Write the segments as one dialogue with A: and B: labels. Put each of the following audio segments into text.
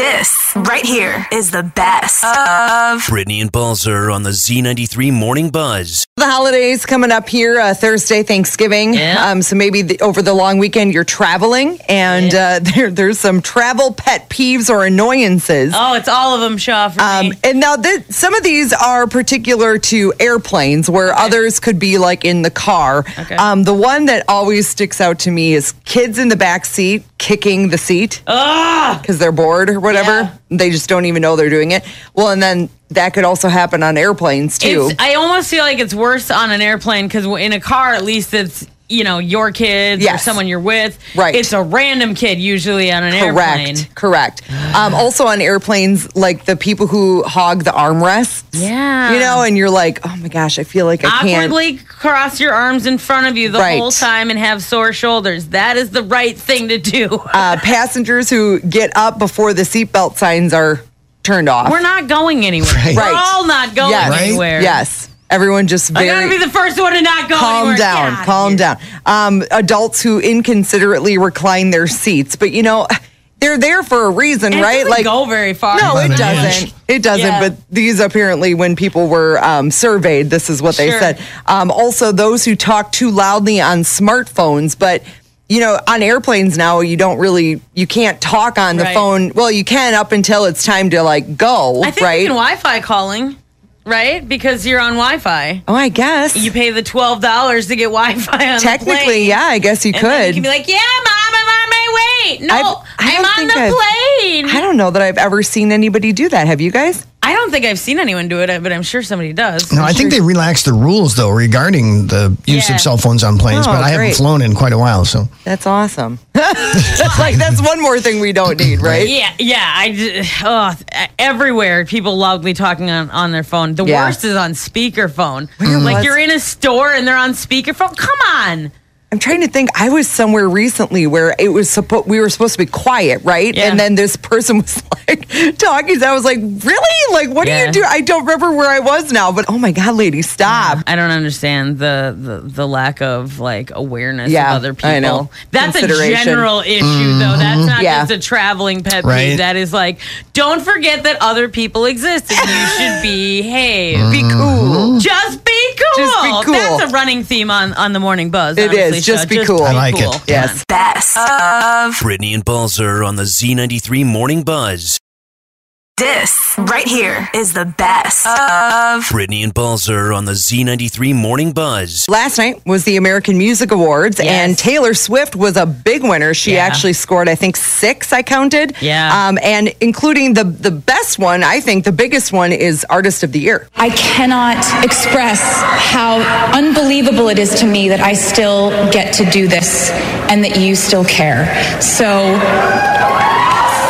A: This right here is the best of
B: Brittany and Balzer on the Z93 Morning Buzz.
C: The holidays coming up here, uh, Thursday, Thanksgiving.
D: Yeah.
C: Um, so maybe the, over the long weekend you're traveling, and uh, there, there's some travel pet peeves or annoyances.
D: Oh, it's all of them, Shaw. For
C: Um,
D: me.
C: and now that some of these are particular to airplanes, where others could be like in the car.
D: Okay.
C: Um, the one that always sticks out to me is kids in the back seat kicking the seat
D: Ah!
C: because they're bored or whatever. They just don't even know they're doing it. Well, and then that could also happen on airplanes too.
D: It's, I almost feel like it's worse on an airplane because in a car, at least it's you know your kids or
C: Yes.
D: someone you're with.
C: Right.
D: It's a random kid usually on an
C: Correct.
D: airplane.
C: Correct. Um, also on airplanes, like the people who hog the armrests.
D: Yeah.
C: You know, and you're like, oh my gosh, I feel like I can't.
D: Awkwardly cross your arms in front of you the
C: Right.
D: whole time and have sore shoulders. That is the right thing to do.
C: Uh, passengers who get up before the seatbelt signs are turned off.
D: We're not going anywhere.
E: Right.
D: We're all not going
C: yes.
D: anywhere.
C: Yes. Everyone just
D: I
C: very.
D: gotta be the first one to not go
C: Calm
D: anywhere.
C: down,
D: God.
C: calm down. Um, adults who inconsiderately recline their seats, but you know, they're there for a reason,
D: And it
C: right?
D: doesn't go very far.
C: No, it
E: About an
C: doesn't.
E: inch.
C: It doesn't.
D: Yeah.
C: But these apparently, when people were um, surveyed, this is what they
D: Sure.
C: said. Um, also, those who talk too loudly on smartphones, but. You know, on airplanes now, you don't really, you can't talk on the
D: Right.
C: phone. Well, you can up until it's time to like go,
D: I think
C: right?
D: you can Wi-Fi calling, right? Because you're on Wi-Fi.
C: oh, I guess.
D: You pay the twelve dollars to get Wi-Fi on the plane.
C: Technically, yeah, I guess you
D: And
C: could.
D: then you can be like, "Yeah, mom, I'm on my way." No,
C: I've- I
D: am
C: don't
D: on
C: think
D: the
C: I've-
D: plane.
C: I don't know that I've ever seen anybody do that. Have you guys?
D: I don't think I've seen anyone do it, but I'm sure somebody does.
E: No, I think they relaxed the rules though regarding the use
D: Yeah.
E: of cell phones on planes,
C: Oh,
E: but I haven't
C: great.
E: flown in quite a while, so
C: That's awesome. like, that's one more thing we don't need, right?
D: Yeah, yeah. I d- oh, everywhere people loudly talking on, on their phone. The
C: Yeah.
D: worst is on speakerphone. Like
C: was-
D: you're in a store and they're on speakerphone. Come on.
C: I'm trying to think. I was somewhere recently where it was supposed we were supposed to be quiet, right?
D: Yeah.
C: And then this person was like talking. I was like, really? Like, what do
D: Yeah.
C: you do? I don't remember where I was now, but oh my god, lady, stop!
D: I don't understand the, the, the lack of like awareness
C: Yeah,
D: of other people.
C: I know.
D: That's a
C: Consideration.
D: general issue though. That's not
C: Yeah.
D: just a traveling pet peeve.
E: Mm-hmm. Right.
D: That is like don't forget that other people exist and you should behave.
C: Be
E: Mm-hmm.
C: cool.
D: Just be cool.
C: Just be cool.
D: That's a running theme on, on the morning buzz.
C: It is.
D: honestly,
C: Just
D: Shaw.
C: be cool. I
E: like it.
D: cool.
C: Yes.
A: best of
B: Brittany and Balzer on the Z93 Morning Buzz.
A: this right here is the best of
B: Brittany and Balzer on the Z93 Morning Buzz.
C: Last night was the American Music Awards,
D: Yes.
C: and Taylor Swift was a big winner. She
D: Yeah.
C: actually scored, I think, six. I counted.
D: Yeah.
C: Um, and including the the best one, I think the biggest one is Artist of the Year.
F: I cannot express how unbelievable it is to me that I still get to do this and that you still care. So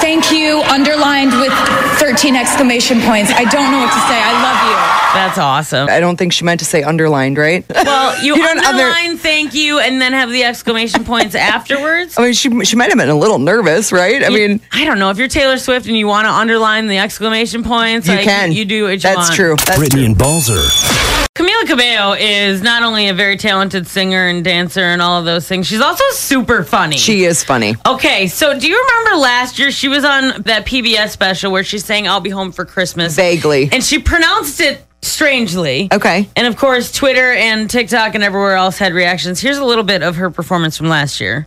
F: thank you, underlined with 13 exclamation points. I don't know what to say. I love you.
D: That's awesome.
C: I don't think she meant to say underlined, right?
D: Well, you,
C: You don't under-
D: underline thank you and then have the exclamation points afterwards.
C: I mean, she she might have been a little nervous, right? I mean,
D: I don't know if you're Taylor Swift and you want to underline the exclamation points.
C: you
D: like,
C: can.
D: You do what you
C: That's
D: want.
C: true. That's
B: Brittany and Balzer.
D: Camila Cabello is not only a very talented singer and dancer and all of those things. She's also super funny.
C: She is funny.
D: Okay, so do you remember last year she was on that PBS special where she sang "I'll Be Home for Christmas"
C: Vaguely.
D: and she pronounced it strangely.
C: Okay.
D: And of course, Twitter and TikTok and everywhere else had reactions. Here's a little bit of her performance from last year.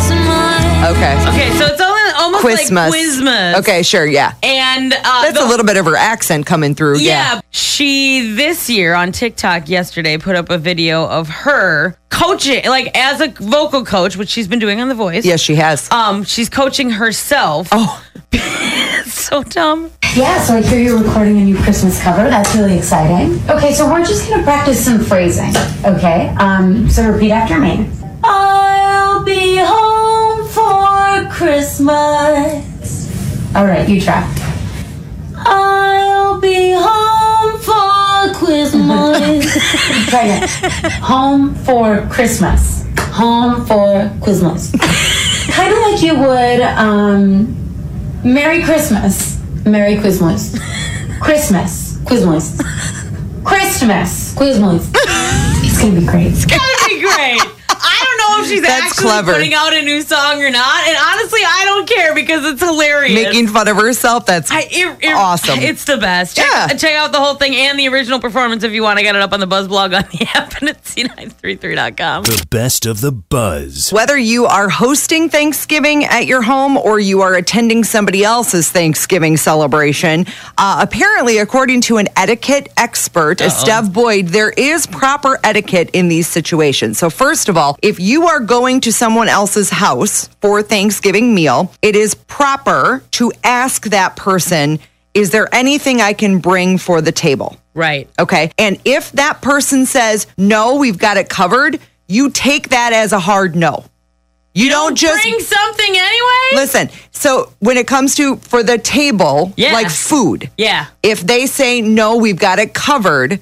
C: Okay.
D: Okay, so it's only almost
C: Christmas.
D: like Quizmas.
C: Okay, sure, yeah.
D: and uh,
C: That's
D: the-
C: a little bit of her accent coming through.
D: Yeah.
C: Yeah.
D: she this year on TikTok yesterday put up a video of her coaching, like as a vocal coach, which she's been doing on The Voice.
C: Yes, she has.
D: Um, she's coaching herself.
C: Oh.
D: so dumb.
G: Yeah, so I hear you're recording a new Christmas cover. That's really exciting. Okay, so we're just gonna practice some phrasing. Okay, um, so repeat after me. I'll be home for Christmas. All right, you try. I'll be home for Christmas. try again. Home for Christmas. Home for Christmas. kind of like you would um, Merry Christmas. Merry Christmas. Christmas. Christmas. Christmas. Christmas. It's gonna be great.
D: That'd be great. I don't know know if she's
C: That's
D: actually
C: clever.
D: putting out a new song or not. And honestly, I don't care because it's hilarious.
C: Making fun of herself. That's
D: I, it, it-
C: awesome.
D: It's the best. Check,
C: Yeah.
D: check out the whole thing and the original performance if you want. I got it up on the Buzz blog on the app and at c933.com.
B: The best of the buzz.
C: Whether you are hosting Thanksgiving at your home or you are attending somebody else's Thanksgiving celebration, uh, apparently, according to an etiquette expert, Steph Boyd, there is proper etiquette in these situations. So, first of all, if you are going to someone else's house for Thanksgiving meal, it is proper to ask that person, "Is there anything I can bring for the table?"
D: Right.
C: Okay. And if that person says, no, we've got it covered, you take that as a hard no. You, don't, just
D: Bring something anyway?
C: listen. So when it comes to for the table,
D: Yeah.
C: like food,
D: yeah.
C: if they say, no, we've got it covered,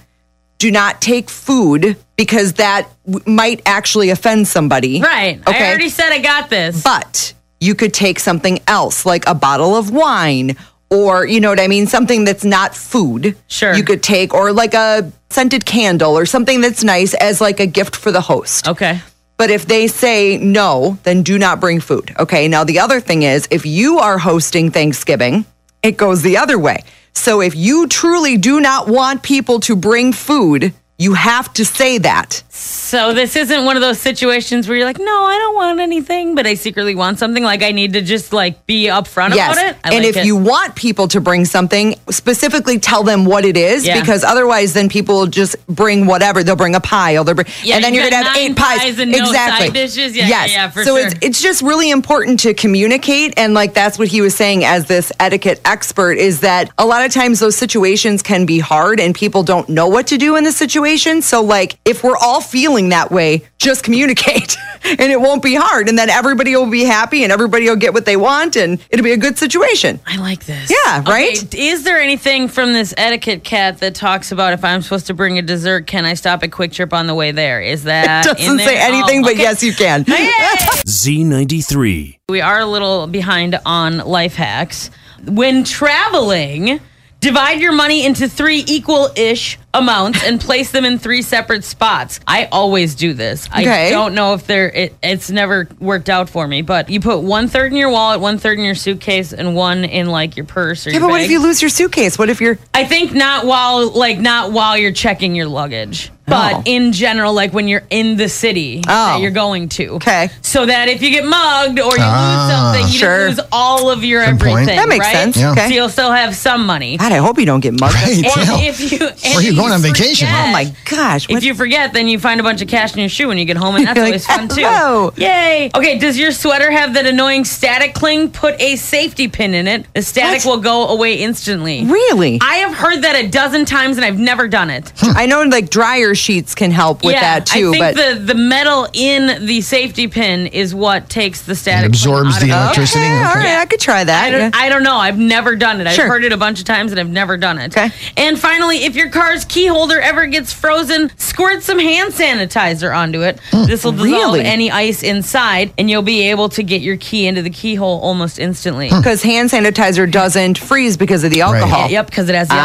C: do not take food because that w- might actually offend somebody.
D: Right. I already said I got this.
C: But you could take something else, like a bottle of wine, or you know what I mean, something that's not food.
D: Sure.
C: You could take, or like a scented candle, or something that's nice as like a gift for the host.
D: okay.
C: But if they say no, then do not bring food. Okay. Now, the other thing is if you are hosting Thanksgiving, it goes the other way. So if you truly do not want people to bring food, you have to say that.
D: So this isn't one of those situations where you're like, no, I don't want anything, but I secretly want something. Like I need to just like be upfront about it. I
C: and
D: like
C: if
D: it.
C: you want people to bring something, specifically tell them what it is
D: Yeah.
C: because otherwise then people will just bring whatever. They'll bring a pie. They'll bring,
D: Yeah,
C: and then
D: you've
C: you're going
D: got
C: to have
D: nine
C: eight pies.
D: pies and no side dishes. Yeah, yeah,
C: yes.
D: yeah, for
C: so
D: sure.
C: it's it's just really important to communicate and like that's what he was saying as this etiquette expert is that a lot of times those situations can be hard and people don't know what to do in the situation. So like if we're all feeling that way, just communicate and it won't be hard and then everybody will be happy and everybody will get what they want and it'll be a good situation.
D: I like this.
C: Yeah,
D: Okay,
C: right?
D: is there anything from this etiquette cat that talks about if I'm supposed to bring a dessert, can I stop at Quick Trip on the way there? Is that in
C: Doesn't
D: there?
C: say anything
D: Oh,
C: but
D: okay.
C: yes you can.
B: Z93.
D: We are a little behind on life hacks. When traveling, divide your money into three equal ish amounts and place them in three separate spots. I always do this. I
C: Okay.
D: don't know if they're, it, it's never worked out for me, but you put one third in your wallet, one third in your suitcase, and one in like your purse or
C: Yeah,
D: your
C: but what if
D: bag.
C: you lose your suitcase? What if you're
D: I think not while like not while you're checking your luggage, but
C: Oh.
D: in general, like when you're in the city
C: Oh.
D: that you're going to.
C: Okay.
D: So that if you get mugged or you
E: Ah.
D: lose something, you
C: Sure.
D: just lose all of your
E: Good
D: everything.
E: point.
C: That makes
D: right?
C: sense.
E: Yeah.
D: So
C: Okay.
D: you'll still have some money.
C: God, I hope you don't get mugged.
E: Right.
D: And
E: yeah.
D: if you and
E: Where you
D: if
E: going on vacation?
D: forget-
C: Oh my gosh.
D: If you forget, then you find a bunch of cash in your shoe when you get home, and that's
C: You're like,
D: always fun too.
C: "Hello."
D: Yay! Okay, does your sweater have that annoying static cling? Put a safety pin in it. The static
C: What?
D: will go away instantly.
C: really?
D: I have heard that a dozen times and I've never done it.
C: I know like dryer sheets can help with that too,
D: I
C: but
D: think the, the metal in the safety pin is what takes the
E: It
D: static.
E: absorbs the
D: out of it.
E: electricity.
C: Okay, all
E: Okay.
C: right, I could try that.
D: I don't,
C: yeah.
D: I don't know. I've never done it.
C: Sure.
D: I've heard it a bunch of times and I've never done it.
C: Okay.
D: And finally, if your car's key holder ever gets frozen, squirt some hand sanitizer onto it. this will dissolve
C: Mm, really?
D: any ice inside and you'll be able to get your key into the keyhole almost instantly.
C: because hand sanitizer doesn't freeze because of the alcohol.
D: Yeah, Yep, because it has the
C: Ah.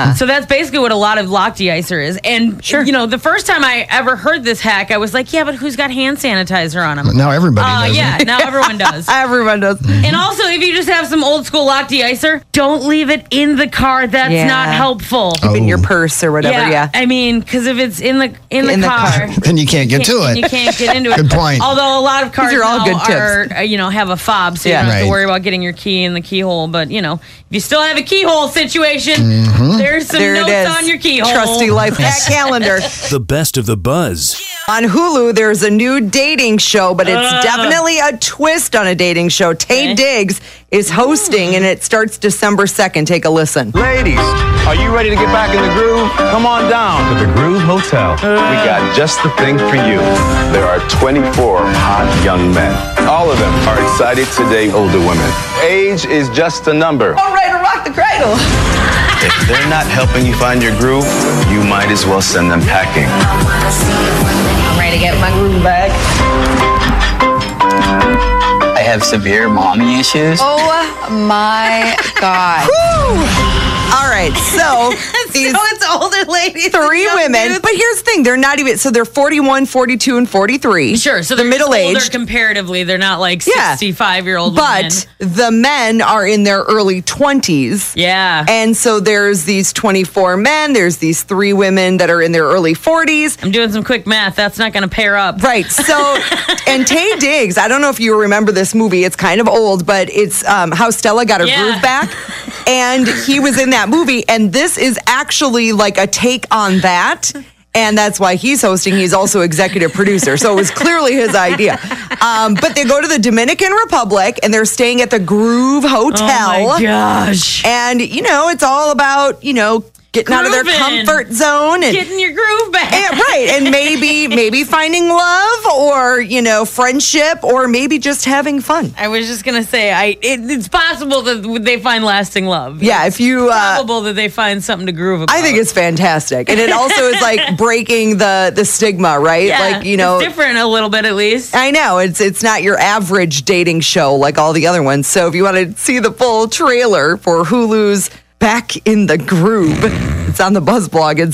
D: alcohol. So that's basically what a lot of lock deicer is. And you know, the first time I ever heard this hack, I was like, yeah, but who's got hand sanitizer on them?
E: Now everybody
D: Oh
E: does
D: yeah,
E: it.
D: now everyone does.
C: Everyone does.
D: and also, if you just have some old school lock deicer, don't leave it in the car. That's
C: Yeah.
D: not helpful.
C: Keep in
E: Oh.
C: your purse or whatever. Yeah.
D: I mean, because if it's in the in the
C: In the
D: car.
C: car.
E: Then you can't get
D: and
E: to
D: you
E: it.
D: can't get into it.
E: Good point.
D: Although a lot of cars
C: are all
D: now
C: good tips.
D: are, uh, you know, have a fob, so
C: Yeah.
D: you don't have to
E: Right.
D: worry about getting your key in the keyhole. But you know, if you still have a keyhole situation, there's some
C: There
D: notes
C: it is.
D: on your keyhole.
C: Trusty life hack calendar.
B: The best of the buzz.
C: On Hulu, there's a new dating show, but it's definitely a twist on a dating show. Tay
D: Okay.
C: Diggs is hosting, and it starts December 2nd. Take a listen.
H: Ladies, are you ready to get back in the groove? Come on down to the Groove Hotel. We got just the thing for you. There are 24 hot young men. All of them are excited to date older women. Age is just a number.
C: All right, to rock the cradle.
H: If they're not helping you find your groove, you might as well send them packing.
I: ready to get my groove back. I have severe mommy issues.
J: Oh my God.
C: All right. So these
D: so it's older ladies. and
C: three
D: young
C: women,
D: dudes.
C: but here's the thing they're not even, so they're 41, 42, and 43.
D: Sure. So
C: they're middle
D: aged
C: aged.
D: comparatively. They're not like
C: Yeah.
D: 65 year old women.
C: But the men are in their early 20s.
D: Yeah.
C: And so there's these 24 men, there's these three women that are in their early 40s.
D: I'm doing some quick math. That's not going to pair up.
C: Right. So, and Tay Diggs, I don't know if you remember this movie. It's kind of old, but it's um, how Stella got her
D: Yeah.
C: groove back. And he was in that movie. And this is actually like a take on that. And that's why he's hosting. He's also executive producer. So it was clearly his idea. Um, but they go to the Dominican Republic and they're staying at the Groove Hotel.
D: Oh my gosh.
C: And, you know, it's all about, you know, getting out of their
D: Grooving.
C: comfort zone and
D: Getting your groove back.
C: and, right and maybe maybe finding love or you know friendship or maybe just having fun
D: I was just gonna say, I it, it's possible that they find lasting love.
C: yeah if you uh,
D: Probable that they find something to groove about.
C: i think it's fantastic and it also is like breaking the the stigma right
D: Yeah,
C: like you
D: it's
C: know
D: different a little bit at least.
C: I know it's it's not your average dating show like all the other ones. So if you want to see the full trailer for Hulu's Back in the Groove, it's on the Buzz blog at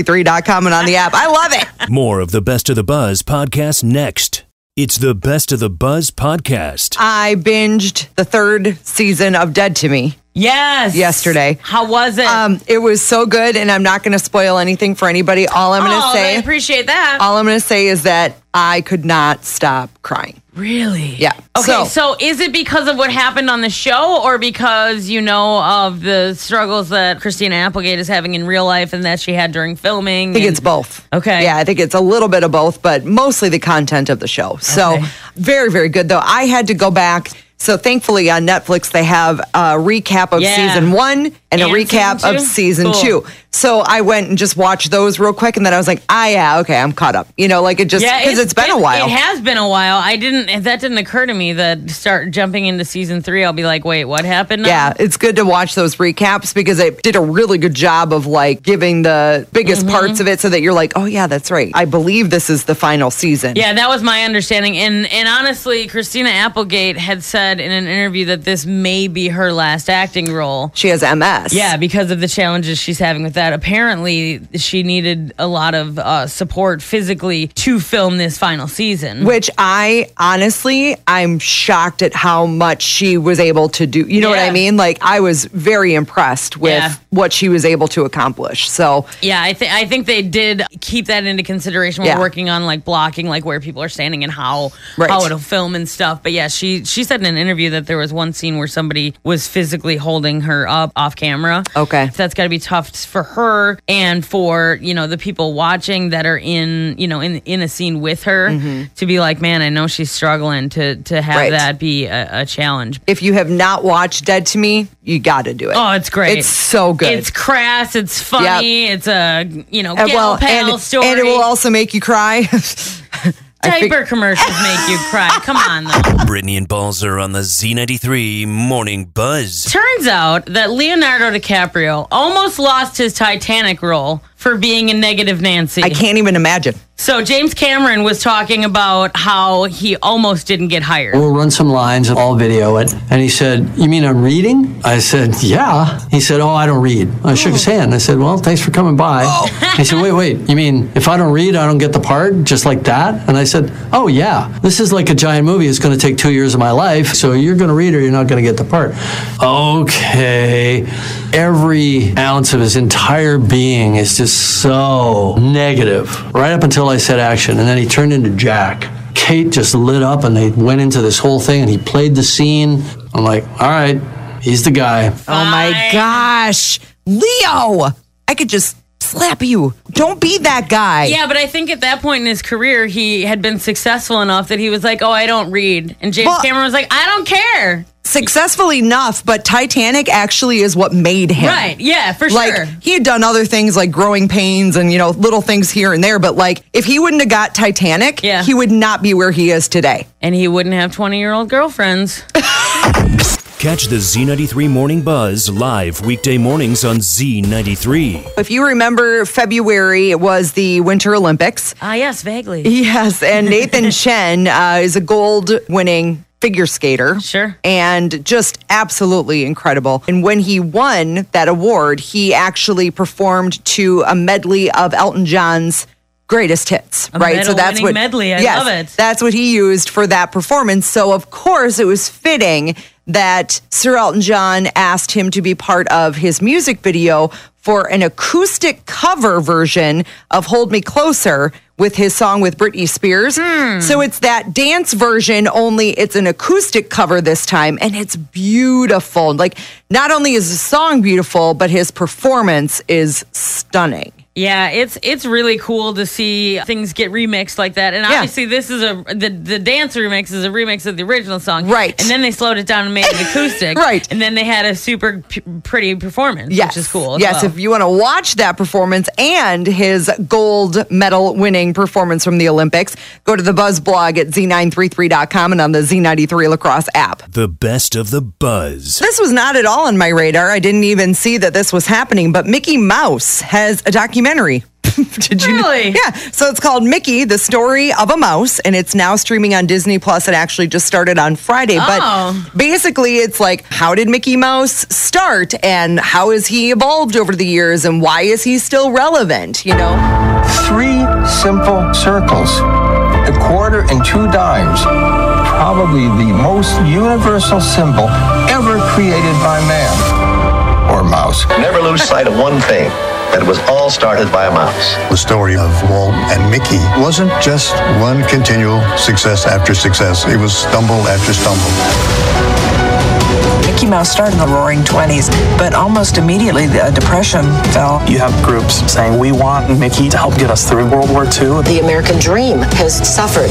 C: z933.com and on the app. I love it.
B: More of the Best of the Buzz podcast next. It's the Best of the Buzz podcast.
C: I binged the third season of Dead to Me.
D: Yes.
C: Yesterday.
D: How was it?
C: Um, it was so good, and I'm not going to spoil anything for anybody. All I'm going to
D: oh, I
C: say, Uh,
D: appreciate that.
C: all I'm going to say is that I could not stop crying.
D: really?
C: Yeah.
D: Okay.
C: So-
D: So, is it because of what happened on the show, or because you know of the struggles that Christina Applegate is having in real life and that she had during filming?
C: I think it's both.
D: Mm. Okay.
C: Yeah, I think it's a little bit of both, but mostly the content of the show. So
D: Okay.
C: very, very good though. I had to go back. So thankfully on Netflix they have a recap of
D: Yeah.
C: season one and, a
D: And
C: recap
D: season
C: of
D: two?
C: season
D: Cool.
C: two. So I went and just watched those real quick, and then I was like, ah, yeah, okay, I'm caught up. You know, like it just because it's been a while.
D: It has been a while. I didn't. That didn't occur to me that start jumping into season three. I'll be like, wait, what happened? now?
C: Yeah, it's good to watch those recaps because it did a really good job of like giving the
D: Mm-hmm.
C: biggest parts of it so that you're like, oh yeah, that's right. I believe this is the final season.
D: Yeah, that was my understanding. And and honestly, Christina Applegate had said in an interview that this may be her last acting role.
C: She has MS.
D: Yeah, because of the challenges she's having with that. Apparently, she needed a lot of uh, support physically to film this final season.
C: Which I honestly, I'm shocked at how much she was able to do. You know what I
D: Yeah.
C: mean? Like, I was very impressed with
D: Yeah.
C: what she was able to accomplish. So,
D: Yeah, I think I think they did keep that into consideration when
C: Yeah.
D: working on like blocking, like where people are standing and how
C: Right.
D: how it'll film and stuff. But yeah, she she said in an interview that there was one scene where somebody was physically holding her up off camera.
C: Okay.
D: So that's got to be tough for her and for you know the people watching that are in you know in in a scene with her to be like, man, I know she's struggling to to have
C: Mm-hmm. Right.
D: that be a, a challenge.
C: if you have not watched Dead to Me, you got to do it.
D: Oh, it's great.
C: It's so good.
D: It's crass. It's funny. It's a you know
C: Uh,
D: gal pal
C: and,
D: story.
C: and it will also make you cry. I fig-
D: Diaper commercials make you cry. Come on, though.
A: Ah.
B: Brittany and Balzer on the Z93 Morning Buzz.
D: Turns out that Leonardo DiCaprio almost lost his Titanic role for being a negative Nancy.
C: I can't even imagine.
D: So James Cameron was talking about how he almost didn't get hired.
J: We'll run some lines, I'll video it. And he said, You mean I'm reading? I said, Yeah. He said, Oh, I don't read. I shook his hand. I said, Well, thanks for coming by. He said, Wait, wait. You mean if I don't read, I don't get the part just like that? And I said, Oh, yeah. This is like a giant movie. It's going to take two years of my life. So you're going to read or you're not going to get the part. Okay. Every ounce of his entire being is just so negative, right up until I said action. And then he turned into Jack. Kate just lit up and they went into this whole thing and he played the scene. I'm like, all right, he's the guy.
C: Oh my gosh. Leo, I could just slap you. Don't be that guy.
D: Yeah, but I think at that point in his career, he had been successful enough that he was like, "Oh, I don't read," and James
C: Well-
D: Cameron was like, "I don't care."
C: Successful enough, but Titanic actually is what made him.
D: Right? Yeah, for
C: Like
D: sure.
C: he had done other things like growing pains and you know little things here and there, but like if he wouldn't have got Titanic,
D: Yeah.
C: he would not be where he is today.
D: And he wouldn't have twenty-year-old girlfriends.
B: Catch the Z93 Morning Buzz live weekday mornings on Z93.
C: If you remember, February it was the Winter Olympics.
D: Ah, yes, vaguely.
C: Yes, and Nathan Chen uh, is a gold winning figure skater. Sure. And just absolutely incredible. And when he won that award, he actually performed to a medley of Elton John's greatest hits,
D: A
C: right? So that's
D: medal-winning
C: what
D: medley. I
C: yes,
D: love it.
C: That's what he used for that performance. So of course it was fitting that Sir Elton John asked him to be part of his music video for an acoustic cover version of Hold Me Closer with his song with Britney Spears.
D: Hmm.
C: So it's that dance version only it's an acoustic cover this time and it's beautiful. Like not only is the song beautiful but his performance is stunning.
D: Yeah, it's it's really cool to see things get remixed like that. And obviously, this is a the the dance remix is a remix of the original song, right? And then they slowed it down and made it acoustic, right? And then they had a super p- pretty performance,
C: Yes.
D: which is cool. as
C: Yes,
D: well.
C: if you want to watch that performance and his gold medal winning performance from the Olympics, go to the Buzz blog at z933.com and on the Z93 Lacrosse app.
B: The best of the buzz.
C: This was not at all on my radar. I didn't even see that this was happening, but Mickey Mouse has a documentary. Did you really? Yeah. So it's called Mickey, the story of a mouse, and it's now streaming on Disney Plus. It actually just started on Friday.
D: Oh.
C: But basically it's like how did Mickey Mouse start and how has he evolved over the years and why is he still relevant, you know?
K: Three simple circles, a quarter and two dimes, probably the most universal symbol ever created by man or mouse.
L: Never lose sight of one thing that was all started by a mouse.
M: The story of Walt and Mickey wasn't just one continual success after success, it was stumble after stumble.
N: Mickey Mouse started in the roaring 20s, but almost immediately the depression fell.
O: You have groups saying, we want Mickey to help get us through World War II.
I: The American dream has suffered,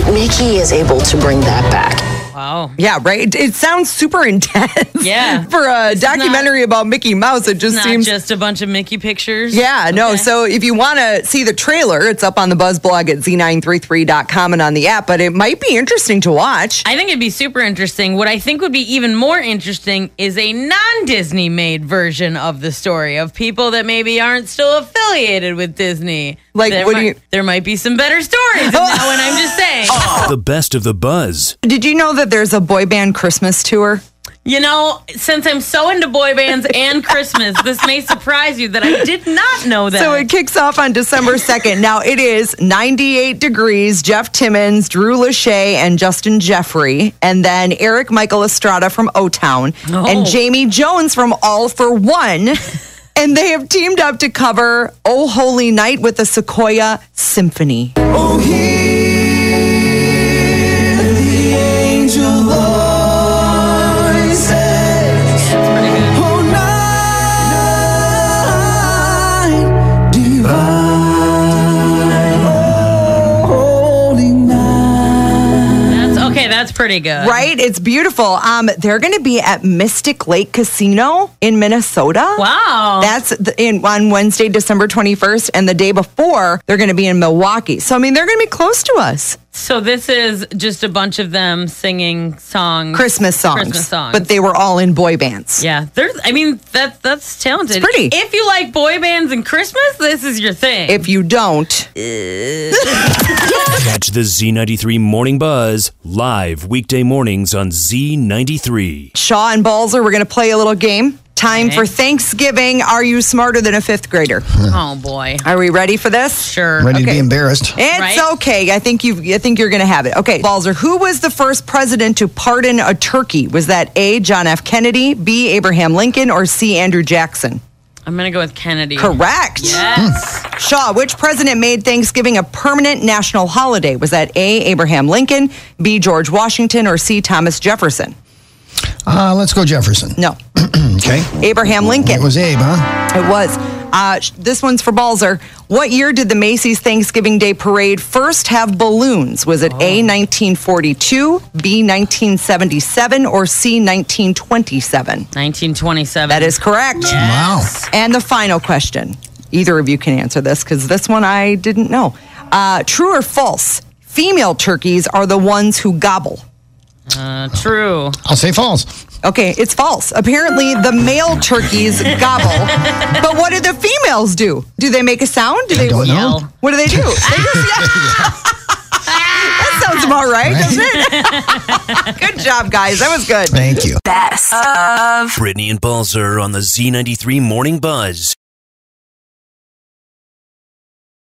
I: but Mickey is able to bring that back.
D: Wow.
C: Yeah, right. It, it sounds super intense.
D: Yeah.
C: For a documentary about Mickey Mouse, it just
D: Not
C: seems
D: just a bunch of Mickey pictures.
C: Yeah, no. So if you want to see the trailer, it's up on the Buzz blog at z933.com and on the app, but it might be interesting to watch.
D: I think it'd be super interesting. What I think would be even more interesting is a non Disney made version of the story of people that maybe aren't still affiliated with Disney. Like, there
C: what do
D: might,
C: you- Oh,
D: There might be some better stories in that one, I'm just saying.
B: The best of the buzz.
C: Did you know that there's a boy band Christmas tour?
D: You know, since I'm so into boy bands and Christmas, this may surprise you that I did not know that.
C: So it kicks off on December 2nd. Now it is 98 degrees, Jeff Timmons, Drew Lachey, and Justin Jeffrey, and then Eric Michael Estrada from O Town,
P: Oh.
C: and Jamie Jones from All for One. and they have teamed up to cover Oh Holy Night with the Sequoia Symphony.
P: Oh, hear the angel voices. Oh, night divine. Oh, holy
D: That's okay, that's pretty good.
C: Right? It's beautiful. Um, they're going to be at Mystic Lake Casino in Minnesota.
D: Wow.
C: That's the, in, on Wednesday, December 21st. And the day before, they're going to be in Milwaukee. So, I mean, they're going to be close to us.
D: So this is just a bunch of them singing songs,
C: Christmas songs.
D: Christmas songs.
C: But they were all in boy bands.
D: Yeah, there's. I mean, that that's talented.
C: It's pretty.
D: If you like boy bands and Christmas, this is your thing.
C: If you don't,
B: Catch the Z93 Morning Buzz live weekday mornings on Z93.
C: Shaw and Balzer, we're going to play a little game. Time
B: Okay.
C: for Thanksgiving. Are you smarter than a fifth grader?
D: oh boy,
C: Are we ready for this?
D: Sure.
E: Ready to be embarrassed.
C: It's okay. I think you. I think you're going to have it. Okay, Balzer. Who was the first president to pardon a turkey? Was that A. John F. Kennedy, B. Abraham Lincoln, or C. Andrew Jackson?
D: I'm gonna go with Kennedy.
C: Correct. Hmm.
D: Yes.
C: Shaw. Which president made Thanksgiving a permanent national holiday? Was that A. Abraham Lincoln, B. George Washington, or C. Thomas Jefferson?
E: Uh, let's go Jefferson.
C: No.
E: okay.
C: Abraham Lincoln.
E: It was Abe, huh?
C: It was. Uh, sh- this one's for Balzer. What year did the Macy's Thanksgiving Day Parade first have balloons? Was it A, 1942, B, 1977, or C, 1927?
D: 1927.
C: That is correct. Wow. And the final question. Either of you can answer this because this one I didn't know. Uh, true or false? Female turkeys are the ones who gobble.
D: Uh, true.
E: I'll say false.
C: Okay, it's false. Apparently, the male turkeys gobble. But what do the females do? Do they make a sound? Do they
E: don't know.
C: What do they do? They just- that sounds about right. That's it. good job, guys. That was good.
E: Thank you.
A: Best of.
B: Brittany and Balzer on the Z93 Morning Buzz.